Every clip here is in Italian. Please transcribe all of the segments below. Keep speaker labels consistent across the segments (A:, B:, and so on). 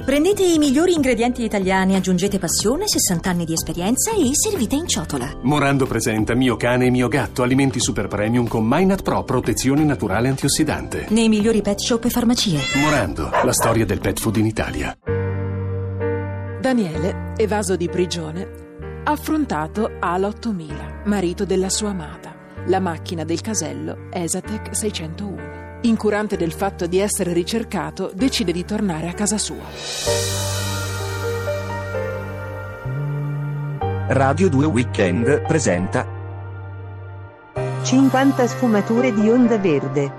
A: Prendete i migliori ingredienti italiani, aggiungete passione, 60 anni di esperienza e servite in ciotola.
B: Morando presenta Mio cane e mio gatto, alimenti super premium con Minat Pro, protezione naturale antiossidante.
A: Nei migliori pet shop e farmacie.
B: Morando, la storia del pet food in Italia.
C: Daniele, evaso di prigione, affrontato Ala 8000, marito della sua amata. La macchina del casello Esatec 601. Incurante del fatto di essere ricercato, decide di tornare a casa sua.
D: Radio 2 Weekend presenta
E: 50 sfumature di onda verde.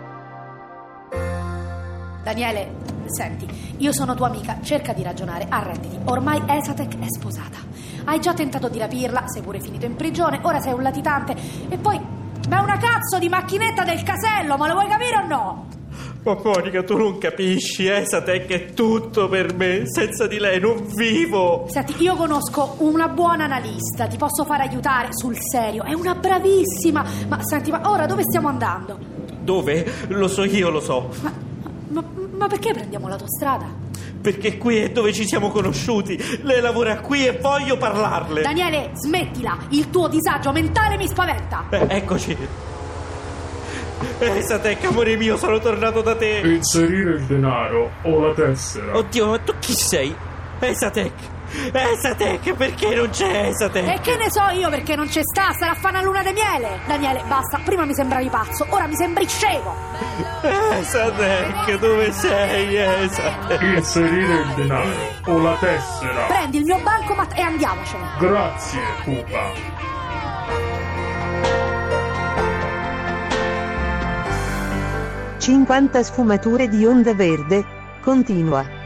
F: Daniele, senti, io sono tua amica, cerca di ragionare, arrenditi. Ormai Esatec è sposata. Hai già tentato di rapirla, sei pure finito in prigione, ora sei un latitante e poi ma è una cazzo di macchinetta del casello, ma lo vuoi capire o no?
G: Ma Monica, tu non capisci, eh, Esatec è tutto per me, senza di lei non vivo!
F: Senti, io conosco una buona analista, ti posso far aiutare sul serio, è una bravissima! Ma senti, ma ora dove stiamo andando?
G: Dove? Lo so io, lo so.
F: Ma, ma, ma perché prendiamo l'autostrada?
G: Perché qui è dove ci siamo conosciuti, lei lavora qui e voglio parlarle!
F: Daniele, smettila, il tuo disagio mentale mi spaventa!
G: Beh, eccoci! Esatec, amore mio, sono tornato da te.
H: Inserire il denaro o la tessera.
G: Oddio, ma tu chi sei? Esatec. Esatec, perché non c'è Esatec?
F: E che ne so io perché non c'è sta? Sarà fa una luna di miele. Daniele, basta, prima mi sembravi pazzo, ora mi sembri scemo.
G: Esatec, dove sei, Esatec?
H: Inserire il denaro o la tessera.
F: Prendi il mio bancomat e andiamocene.
H: Grazie, pupa.
E: Cinquanta sfumature di onda verde. Continua.